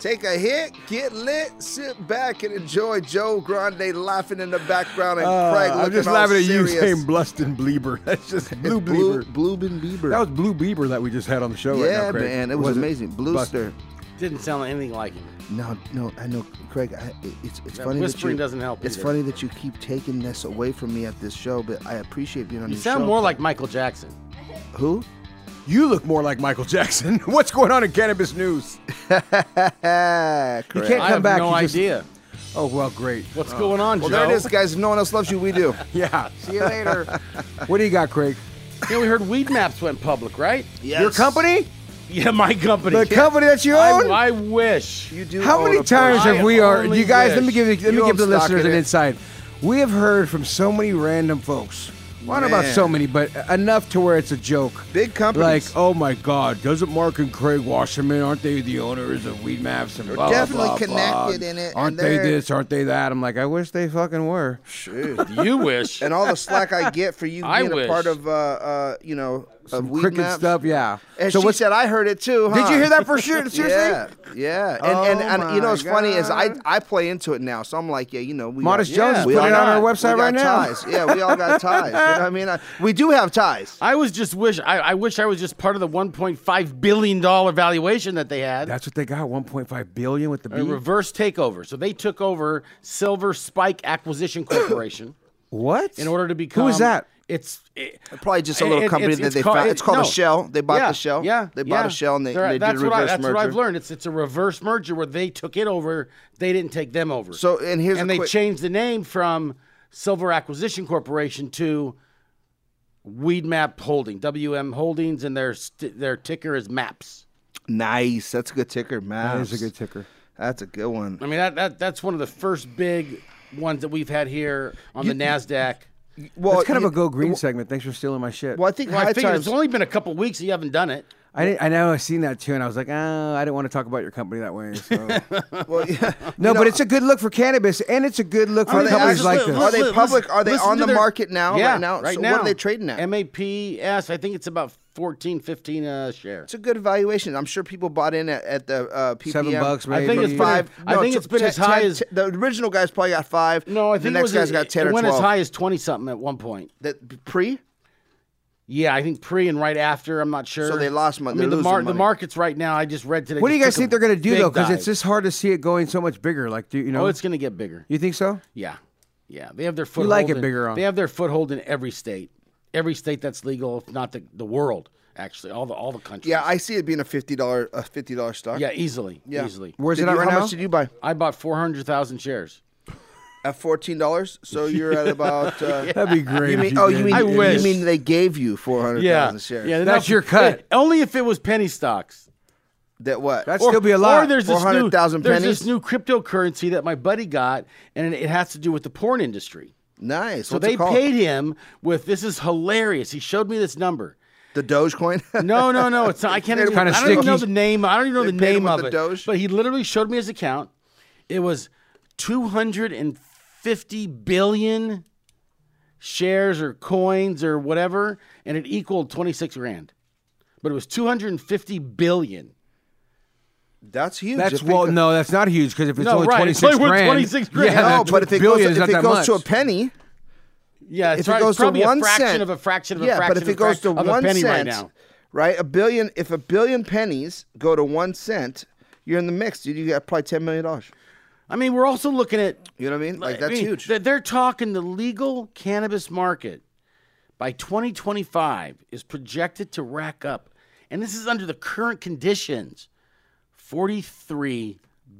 S2: Take a hit, get lit, sit back, and enjoy Joe Grande laughing in the background and
S3: Uh,
S2: Craig looking
S3: I'm just
S2: all
S3: laughing at you
S2: serious.
S3: saying Blustin Bleeber. <laughs> That's just Blue
S2: It's Blue,
S3: Bleeber.
S2: Blue Ben Bieber.
S3: That was Blue Bieber that we just had on the show right
S2: yeah,
S3: now, Craig.
S2: man, it was,
S3: Wasn't
S2: amazing. Blue
S3: Bust-
S2: Star,
S4: Didn't sound anything like him.
S2: No, no, I know, Craig. I, it- it's it's
S4: That
S2: funny that
S4: whispering
S2: you,
S4: doesn't help
S2: It's
S4: either.
S2: funny that you keep taking this away from me at this show, but I appreciate being on
S4: You
S2: your
S4: sound
S2: show.
S4: more like Michael Jackson.
S2: who?
S3: You look more like Michael Jackson. <laughs> What's going on in cannabis
S2: <laughs>
S3: news? You
S2: Craig.
S3: can't
S4: I
S3: come
S4: have
S3: back.
S4: no
S3: you just-
S4: idea
S3: Oh well, great.
S4: what's going on,
S2: Well,
S4: Joe.
S2: there it is, guys. If no one else loves you, we
S3: <laughs>
S2: do.
S3: Yeah. See you later. what do you
S2: <laughs>
S3: got, Craig?
S4: <laughs> You know, we heard Weed Maps went public, right?
S3: Your company?
S4: Yeah, my company.
S3: The company that you
S4: I,
S3: own?
S4: I wish.
S2: You do.
S3: How
S2: own
S3: many
S2: a
S3: times
S2: person.
S3: have we are
S4: only
S3: you guys? Let me
S4: wish.
S3: give the- let
S2: You
S3: me give the
S2: own stock
S3: listeners
S2: in
S3: an
S2: it.
S3: insight. We have heard from so many random folks. Well, I don't know about
S2: Man.
S3: so many, but enough to where it's a joke.
S2: Big companies.
S3: Like, oh my God, doesn't Mark and Craig Wasserman, aren't they the owners of Weed Maps and blah, blah,
S2: definitely
S3: blah, blah,
S2: connected in it, and
S3: Aren't they
S2: they're-
S3: this? Aren't they that? I'm like, I wish they fucking were.
S2: Shoot.
S4: You <laughs> wish.
S2: and all the slack I get for you
S3: <laughs>
S4: I
S2: being
S4: wish.
S2: a part of, uh, uh, you know, of weed
S3: Cricket
S2: maps.
S3: stuff, yeah.
S2: And
S3: so
S2: she
S3: what's
S2: said, "I heard it too."
S3: Did
S2: huh?"
S3: you hear that for
S2: <laughs>
S3: sure? Seriously?
S2: Yeah, yeah. And
S3: Oh
S2: and, and you
S3: my
S2: know, what's funny is I
S3: God.
S2: I play into it now, so I'm like, yeah, you know, we
S3: Modest
S2: got,
S3: Jones
S2: yeah,
S3: is
S2: we
S3: putting
S2: all
S3: it
S2: got-
S3: on our website
S2: we got
S3: right now.
S2: Ties. Yeah, we all got ties. You know what I
S3: <laughs>
S2: mean, I, we do have ties.
S4: I was just wish I, I wish I was just part of the 1.5 billion dollar valuation that they had.
S3: That's what they got, 1.5 billion with the
S4: a
S3: B.
S4: reverse takeover. So they took over Silver Spike Acquisition Corporation
S3: what?
S4: in order to become.
S3: Who is that?
S4: It's it,
S2: Probably just a little
S4: it-
S2: company
S4: it's-
S2: that
S4: it's
S2: they
S4: called-
S2: found.
S4: it-
S2: It's called
S4: no.
S2: a shell. They bought
S4: Yeah,
S2: the shell.
S4: Yeah,
S2: they bought
S4: yeah.
S2: a shell and they,
S4: They're-
S2: they did
S4: that's
S2: a
S4: what I-
S2: reverse
S4: That's
S2: merger.
S4: what I've learned. It's it's a reverse merger where they took it over. They didn't take them over.
S2: So, and here's
S4: and
S2: a
S4: they
S2: quick-
S4: changed the name from Silver Acquisition Corporation to Weedmap Holding WM Holdings, and their st- their ticker is MAPS.
S2: Nice. That's a good ticker, man.
S3: That is a good ticker.
S2: That's a good one.
S4: I mean that, that that's one of the first big ones that we've had here on the Nasdaq.
S2: Well,
S3: That's kind
S2: you-
S3: of a go green segment. Thanks for stealing my shit.
S2: Well, I think
S4: Well, I
S2: high
S4: figured
S2: times.
S4: it's only been a couple weeks that you haven't done it.
S3: I, didn't, I know I seen that too, and I was like, oh, I didn't want to talk about your company that
S2: <laughs>
S3: way. So. no,
S2: well, yeah.
S3: but it's a good look for cannabis, and it's a good look for
S2: they
S3: companies
S2: actually- look,
S3: like this.
S2: look, Are they public? Are they on
S4: to
S2: the market now,
S4: Yeah,
S2: right now?
S4: Right
S2: So
S4: now.
S2: what are they trading at?
S4: MAPS. I think it's about 14, 15 a share.
S2: It's a good valuation. I'm sure people bought in at, at the uh, PPM.
S3: Seven bucks,
S4: I think
S3: maybe.
S4: it's been-
S2: five.
S4: I think
S2: t-
S4: it's been
S2: ten-
S4: as high
S2: ten-
S4: as-
S2: t- the original guy's probably got five.
S4: No, I
S2: the
S4: think
S2: next
S4: it was,
S2: guy's got ten
S4: it
S2: or
S4: went
S2: twelve.
S4: as high as twenty something at one point.
S2: That pre.
S4: Yeah, I think pre and right after. I'm not sure.
S2: So they lost mon-
S4: I mean,
S2: they're
S4: the, mar-
S2: losing
S4: the
S2: money.
S4: markets right now. I just read today.
S3: What do you guys
S4: just took a
S3: think they're going to do
S4: big
S3: though? Because
S4: dive.
S3: it's just hard to see it going so much bigger. Like, do you know?
S4: oh, it's going to get bigger.
S3: you
S2: <laughs>
S3: think so?
S4: Yeah, yeah. They have their foothold.
S3: like it
S4: in-
S3: bigger on-
S4: They have their foothold in every state, every state that's legal, if not the, the world. Actually, all the all the countries.
S2: Yeah, I see it being a fifty dollar a fifty dollar stock.
S4: yeah, easily, easily.
S3: Where's
S2: Did
S3: it at
S2: you-
S3: right
S2: how
S3: now?
S2: much did you buy?
S4: I bought four hundred thousand shares.
S2: At fourteen dollars. So you're at
S4: <laughs>
S2: about. Uh,
S3: That'd be great.
S2: You
S3: if
S2: mean? Oh, you
S3: did.
S2: mean?
S4: I
S2: you
S4: wish.
S2: mean they gave you four hundred thousand
S4: Yeah,
S2: shares?
S4: yeah.
S3: That's
S4: no,
S3: your cut.
S4: it- only if it was penny stocks.
S2: That what?
S3: That's still be a lot.
S4: Or there's this new
S2: 400,000
S4: there's this
S2: pennies?
S4: new cryptocurrency that my buddy got, and it has to do with the porn industry.
S2: nice.
S4: So
S2: What's it
S4: they
S2: called?
S4: paid him with this is hilarious. He showed me this number.
S2: the Dogecoin.
S4: <laughs> No, no, no. It's not, I can't.
S2: They paid
S4: Even,
S2: him
S3: with
S4: I don't
S3: the
S4: even know
S3: Doge.
S4: the name. I don't even know
S2: They
S4: the
S2: paid him
S4: name
S2: with
S4: of
S2: the
S4: it.
S2: Doge?
S4: But he literally showed me his account. It was two hundred and fifty billion shares or coins or whatever, and it equaled twenty six grand. But it was two hundred and fifty billion.
S2: That's huge.
S3: That's
S2: If it
S3: well,
S2: go-
S3: no, that's not huge because if it's
S4: No,
S3: only
S4: right,
S3: twenty
S4: it's
S3: six
S4: only worth
S3: grand,
S4: 26 grand.
S3: yeah,
S2: No,
S3: that
S2: but if it goes,
S3: billion is
S2: if
S3: not
S2: it
S3: that
S2: goes
S3: much.
S2: to a penny,
S4: Yeah, it's
S2: if
S4: right-
S2: it goes
S4: it's probably
S2: to one
S4: a fraction
S2: cent-
S4: of a fraction of a
S2: yeah,
S4: fraction
S2: but if
S4: of
S2: it
S4: a
S2: goes to
S4: frac- of a
S2: one
S4: penny right
S2: cent,
S4: now.
S2: right, a billion. If a billion pennies go to one cent, you're in the mix, dude. You got probably ten million dollars.
S4: I mean, we're also looking at
S2: You know what I mean? Like
S4: I
S2: that's
S4: mean,
S2: huge.
S4: They're, they're talking the legal cannabis market by 2025 is projected to rack up, and this is under the current conditions, 43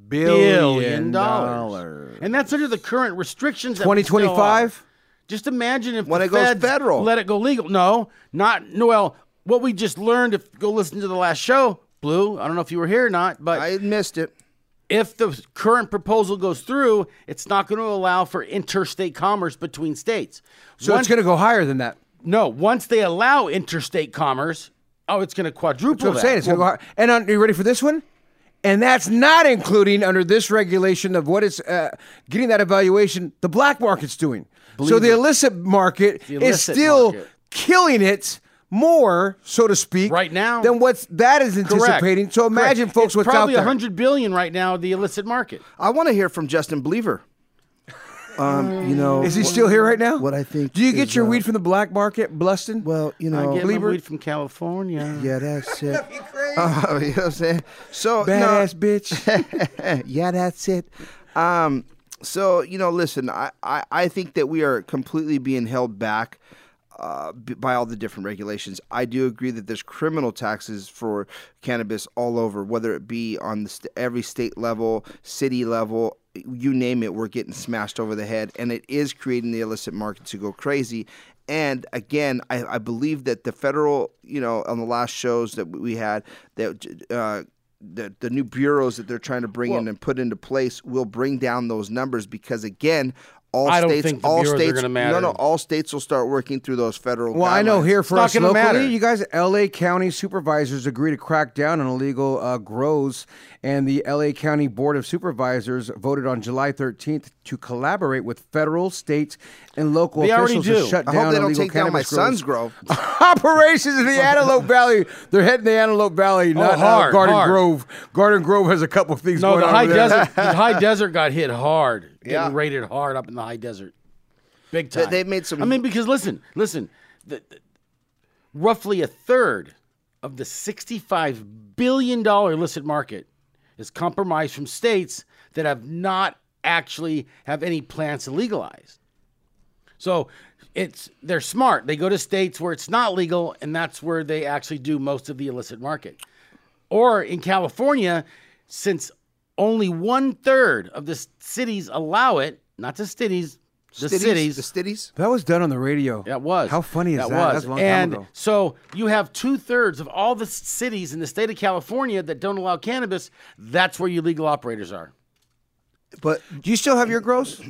S4: billion dollars, and that's under the current restrictions. that we
S3: Twenty
S4: still
S3: twenty five.
S4: have. Just imagine if
S2: When
S4: the
S2: it goes
S4: feds
S2: federal.
S4: let it go legal. No, not no. Well, what we just learned. If go listen to the last show, Blue. I don't know if you were here or not, but
S2: I missed it.
S4: if the current proposal goes through, it's not going to allow for interstate commerce between states.
S3: So it's
S4: Once-
S3: going to go higher than that.
S4: no, once they allow interstate commerce, oh, it's going to quadruple.
S3: That's what I'm saying.
S4: that.
S3: It's going to go higher. And on, are you ready for this one? And that's not including under this regulation of what is uh, getting that evaluation. The black market's doing. so the illicit market
S4: illicit
S3: is still
S4: market.
S3: killing it more, so to speak,
S4: Right now.
S3: than what's that is anticipating. So imagine,
S4: Correct.
S3: folks,
S4: it's
S3: what's out
S4: probably
S3: there.
S4: 100 billion right now the illicit market.
S2: I want to hear from Justin Believer. Um, you know,
S3: Is he still here right now?
S2: What I think
S3: Do you get
S2: is,
S3: your
S2: uh,
S3: weed from the black market, Bluston?
S2: well, you
S4: I
S2: know,
S4: get my weed from California.
S2: <laughs> yeah, that's it.
S3: saying?
S2: Oh, you know what I'm saying? So no,
S3: Badass
S4: <laughs>
S3: bitch.
S2: yeah, that's it. Um, so you know, listen, I, I, I think that we are completely being held back uh, b- by all the different regulations. I do agree that there's criminal taxes for cannabis all over, whether it be on the st- every state level, city level, you name it. We're getting smashed over the head, and it is creating the illicit market to go crazy. And again, I, I believe that the federal, you know, on the last shows that we had, that uh, the, the new bureaus that they're trying to bring in and put into place will bring down those numbers because again all
S4: I don't
S2: states
S4: think the
S2: all
S4: bureaus are
S2: states
S4: gonna
S2: no
S4: matter.
S2: no all states will start working through those federal
S3: Well, I know
S2: guidelines.
S3: here for
S4: not
S3: us
S4: gonna
S3: locally,
S4: matter.
S3: you guys, L.A. County supervisors agree to crack down on illegal uh, grows, and the L.A. County Board of Supervisors voted on July 13th to collaborate with federal, state, and local
S4: They already
S3: officials to
S4: do.
S3: shut
S2: I
S3: down
S2: hope they don't
S3: illegal
S2: take down my
S3: cannabis
S2: son's
S3: grows.
S2: grove.
S3: <laughs> Operations
S4: <laughs>
S3: in the Antelope Valley. They're heading the Antelope Valley, not uh,
S4: Oh, hard,
S3: Garden
S4: hard.
S3: Grove. Garden Grove has a couple of things
S4: No,
S3: going
S4: the
S3: on
S4: high
S3: over there.
S4: desert. the high desert got hit hard. Getting
S2: Yeah.
S4: rated hard up in the high desert, big time.
S2: they made some-
S4: I mean, because listen, listen, the, the- roughly a third of the sixty-five billion dollar illicit market is compromised from states that have not actually have any plans to legalize. So it's they're smart. They go to states where it's not legal, and that's where they actually do most of the illicit market. Or in California, since only one third of the s- cities allow it, not the cities, the
S2: Stitties,
S4: cities.
S2: the cities
S3: <laughs> That was done on the radio.
S4: that was
S3: How funny is that?
S4: Was.
S3: That was a long time
S4: and
S3: ago.
S4: so you have two thirds of all the s- cities in the state of California that don't allow cannabis. That's where your legal operators are.
S2: but
S3: Do you still have your
S4: <laughs>
S3: grows?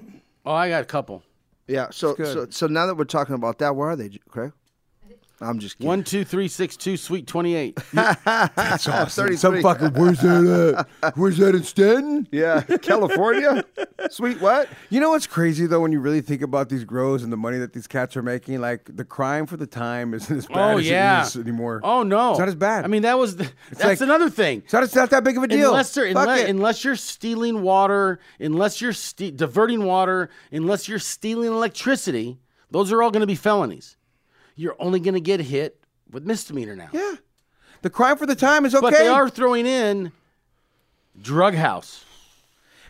S4: Oh, I got a couple.
S2: yeah so so so now that we're talking about that where are they Craig I'm just kidding
S4: One, two, three, six, two, sweet twenty-eight.
S3: That's awesome.
S2: 33.
S3: Some fucking where's that at? Where's that in Stanton?
S4: <laughs>
S2: yeah California sweet what
S3: You know what's crazy though when you really think about these grows and the money that these cats are making? Like the crime for the time isn't as bad
S4: oh
S3: as
S4: yeah.
S3: it is anymore.
S4: Oh no,
S3: It's not as bad.
S4: I mean, that was the, that's
S3: like-
S4: another thing.
S3: it's not, it's not that big of a deal.
S4: Unless, they're,
S3: Fuck
S4: unless,
S3: it.
S4: unless you're stealing water, unless you're ste- diverting water, unless you're stealing electricity, those are all going to be felonies. You're only going to get hit with misdemeanor now.
S3: yeah. The crime for the time is okay.
S4: But they are throwing in drug house.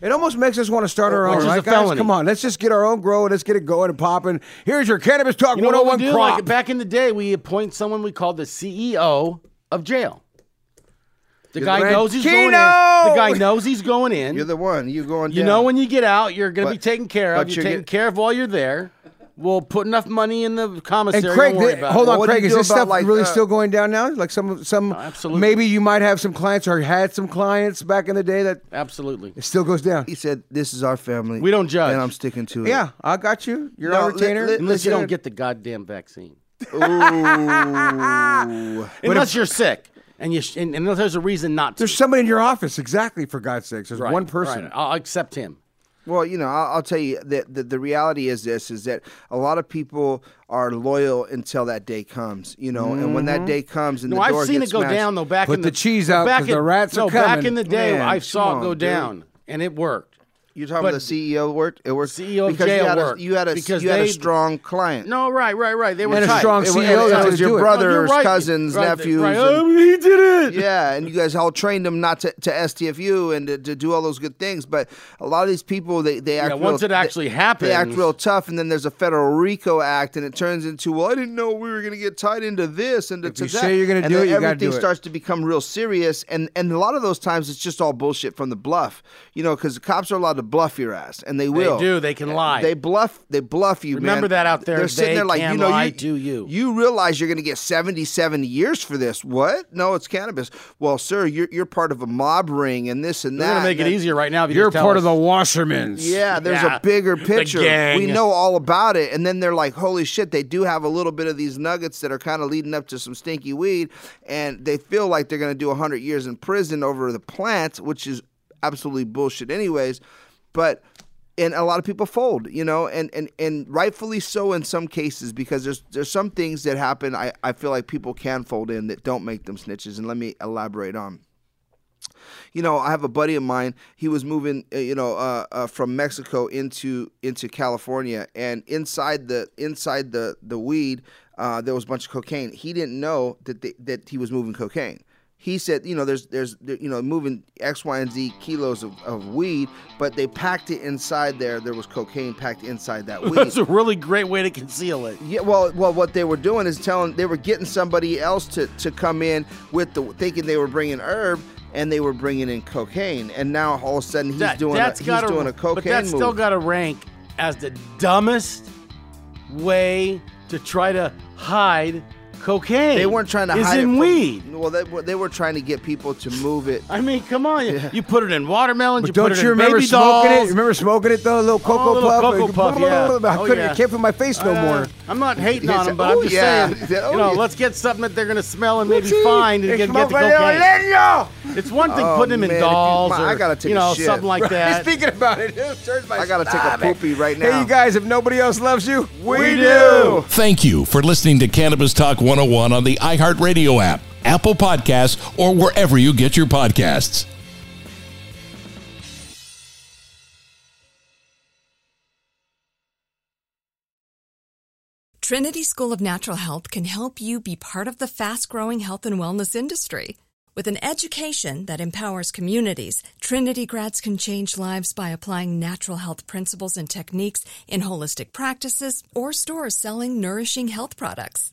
S3: It almost makes us want to start our
S4: Which
S3: own.
S4: is
S3: Right,
S4: a
S3: guys?
S4: felony.
S3: Come on, let's just get our own grow and let's get it going and popping. Here's your cannabis talk
S4: You know what
S3: 101
S4: we do?
S3: crop.
S4: Like back in the day, we appoint someone we called the CEO of jail. The guy
S3: the man.
S4: knows he's going in. The
S3: Keno!
S4: guy knows he's going in.
S2: you're the one you going
S4: You
S2: down.
S4: know, when you get out, you're going to be
S2: But-
S4: taken care
S2: but
S4: of. You're,
S2: you're
S4: taken
S2: get-
S4: care of while you're there. We'll put enough money in the
S3: and
S4: commissary.
S3: Craig,
S4: don't worry
S3: th-
S4: about
S3: hold
S4: it.
S3: on,
S2: What do you
S3: Craig, is
S2: do
S3: this
S2: about,
S3: stuff
S2: like,
S3: really
S2: uh,
S3: still going down now? Like some, some,
S4: absolutely.
S3: maybe you might have some clients or had some clients back in the day that
S4: Absolutely.
S3: it still goes down.
S2: he said this is our family
S4: We don't judge.
S2: and I'm sticking to it
S3: Yeah, I got you. You're
S2: No,
S3: our
S2: li-
S3: retainer.
S2: li-
S4: Unless
S2: listen-
S4: you don't get the
S3: <laughs>
S4: goddamn vaccine.
S2: Ooh.
S4: Unless you're sick. And, you sh- and, and unless there's a reason not to.
S3: There's somebody in your office, exactly. For God's sakes, there's
S4: Right,
S3: one person.
S4: right. I'll accept him.
S2: Well, you know, I'll, I'll tell you that the, the reality is this: is that a lot of people are loyal until that day comes. You know, and when that day comes, and
S4: Mm-hmm. No,
S2: the
S4: I've
S2: door
S4: seen
S2: gets
S4: it go
S2: smashed-
S4: down though. Back
S3: Put
S4: in
S3: the cheese out
S4: back
S3: 'cause
S4: in-
S3: the rats
S4: no,
S3: are
S4: back
S3: coming.
S4: in the day,
S2: Man,
S4: I saw
S2: come
S4: it go
S2: on, dude.
S4: down, and it worked.
S2: You're talking
S4: But-
S2: about the CEO worked. It worked.
S4: CEO E of
S2: because
S4: jail
S2: you had
S4: worked.
S2: a you had a
S4: Because
S2: you had a
S4: they-
S2: strong client.
S4: No, right, right, right. They were
S3: And a
S4: tight.
S3: strong
S4: They
S2: it,
S4: were-
S2: was-
S3: CEO
S2: it,
S3: that
S2: E was
S3: would
S2: your
S3: do it.
S4: No, you're
S2: brothers,
S4: right.
S2: cousins,
S4: Right,
S2: nephews.
S4: right.
S2: and-
S4: Oh, he did it.
S2: yeah, and you guys all trained them not to, to STFU and to, to do all those good things. But a lot of these people, they, they act
S4: once
S2: real,
S4: it actually
S2: they,
S4: happens-
S2: they act real tough, and then there's a federal RICO Act, and it turns into well, I didn't know we were going to get tied into this and to,
S3: you
S2: that.
S3: say you're gonna
S2: and
S3: do
S2: then
S3: it, you gotta
S2: everything
S3: do it.
S2: starts to become real serious, and and a lot of those times it's just all bullshit from the bluff, you know, because the cops are allowed to bluff your ass, and they
S4: They
S2: will
S4: do. They can lie.
S2: They bluff. They bluff you.
S4: Remember
S2: man.
S4: that out there.
S2: They're sitting
S4: They
S2: there like
S4: can
S2: you know
S4: lie
S2: you
S4: to you.
S2: You realize you're going to get 77 years for this. What? No, it's cannabis. Well, sir, you're you're part of a mob ring and this and
S4: They're
S2: that.
S4: gonna make it
S2: and-
S4: easier right now. If you
S3: You're
S4: just tell
S3: part
S4: us.
S3: of the Wassermans.
S2: Yeah, there's
S4: Yeah.
S2: a bigger
S4: The
S2: picture.
S4: gang.
S2: We know all about it. And then they're like, holy shit, they do have a little bit of these nuggets that are kind of leading up to some stinky weed. And they feel like they're going to do 100 years in prison over the plant, which is absolutely bullshit, anyways. But. And a lot of people fold, you know, and, and, and rightfully so in some cases because there's there's some things that happen I, I feel like people can fold in that don't make them snitches. And let me elaborate on you know, I have a buddy of mine. He was moving, uh, you know, uh, uh, from Mexico into into California, and inside the inside the the weed, uh, there was a bunch of cocaine. He didn't know that they, that he was moving cocaine. he said, you know, there's there's there- you know moving X, Y, and Z kilos of, of weed, but they packed it inside there. There was cocaine packed inside that weed.
S4: <laughs> That's a really great way to conceal it.
S2: Yeah, well, well, what they were doing is telling they were getting somebody else to to come in with the thinking they were bringing herb, and they were bringing in cocaine, and now all of a sudden he's
S4: That-
S2: doing a,
S4: that's
S2: he's
S4: gotta-
S2: doing a cocaine
S4: But that's
S2: move.
S4: still got to rank as the dumbest way to try to hide cocaine.
S2: they weren't trying to
S4: is
S2: hide
S4: in
S2: it from-
S4: weed.
S2: Well, they, were- they were trying to get people to move it.
S4: I mean, come on. You, you put it in watermelon.
S3: But
S4: you
S3: don't
S4: put it
S3: you
S4: in
S3: remember
S4: baby
S3: smoking it?
S4: dolls.
S3: Remember smoking it though? A little cocoa
S4: little
S3: puff.
S4: Cocoa Puff, yeah.
S3: I
S4: Oh,
S3: couldn't.
S4: yeah.
S3: I can't put my face no
S4: Uh,
S3: more.
S4: I'm not
S2: He
S4: hating on
S2: said,
S4: them, but
S2: "Oh,
S4: I'm just
S2: yeah." He
S4: saying,
S2: said, "Oh,
S4: you know,
S2: yeah."
S4: let's get something that they're going to smell and maybe
S3: Oopsie.
S4: find and
S3: It's
S4: get, get the
S3: my video,
S4: cocaine.
S3: Leño!
S4: It's one thing
S2: Oh,
S4: putting them in
S2: man, if you-
S4: dolls
S2: my-
S4: or
S2: I gotta take
S4: you
S2: a
S4: know
S2: shit.
S4: something like
S3: Right,
S4: that.
S3: Speaking about it, it turns my
S2: I gotta take a
S3: stomach.
S2: poopy right
S3: Hey,
S2: now.
S3: you guys, if nobody else loves you, we,
S4: We
S3: do.
S4: do.
S1: Thank you for listening to Cannabis Talk 101 on the iHeartRadio app, Apple Podcasts, or wherever you get your podcasts.
S5: Trinity School of Natural Health can help you be part of the fast growing health and wellness industry. With an education that empowers communities, Trinity grads can change lives by applying natural health principles and techniques in holistic practices or stores selling nourishing health products.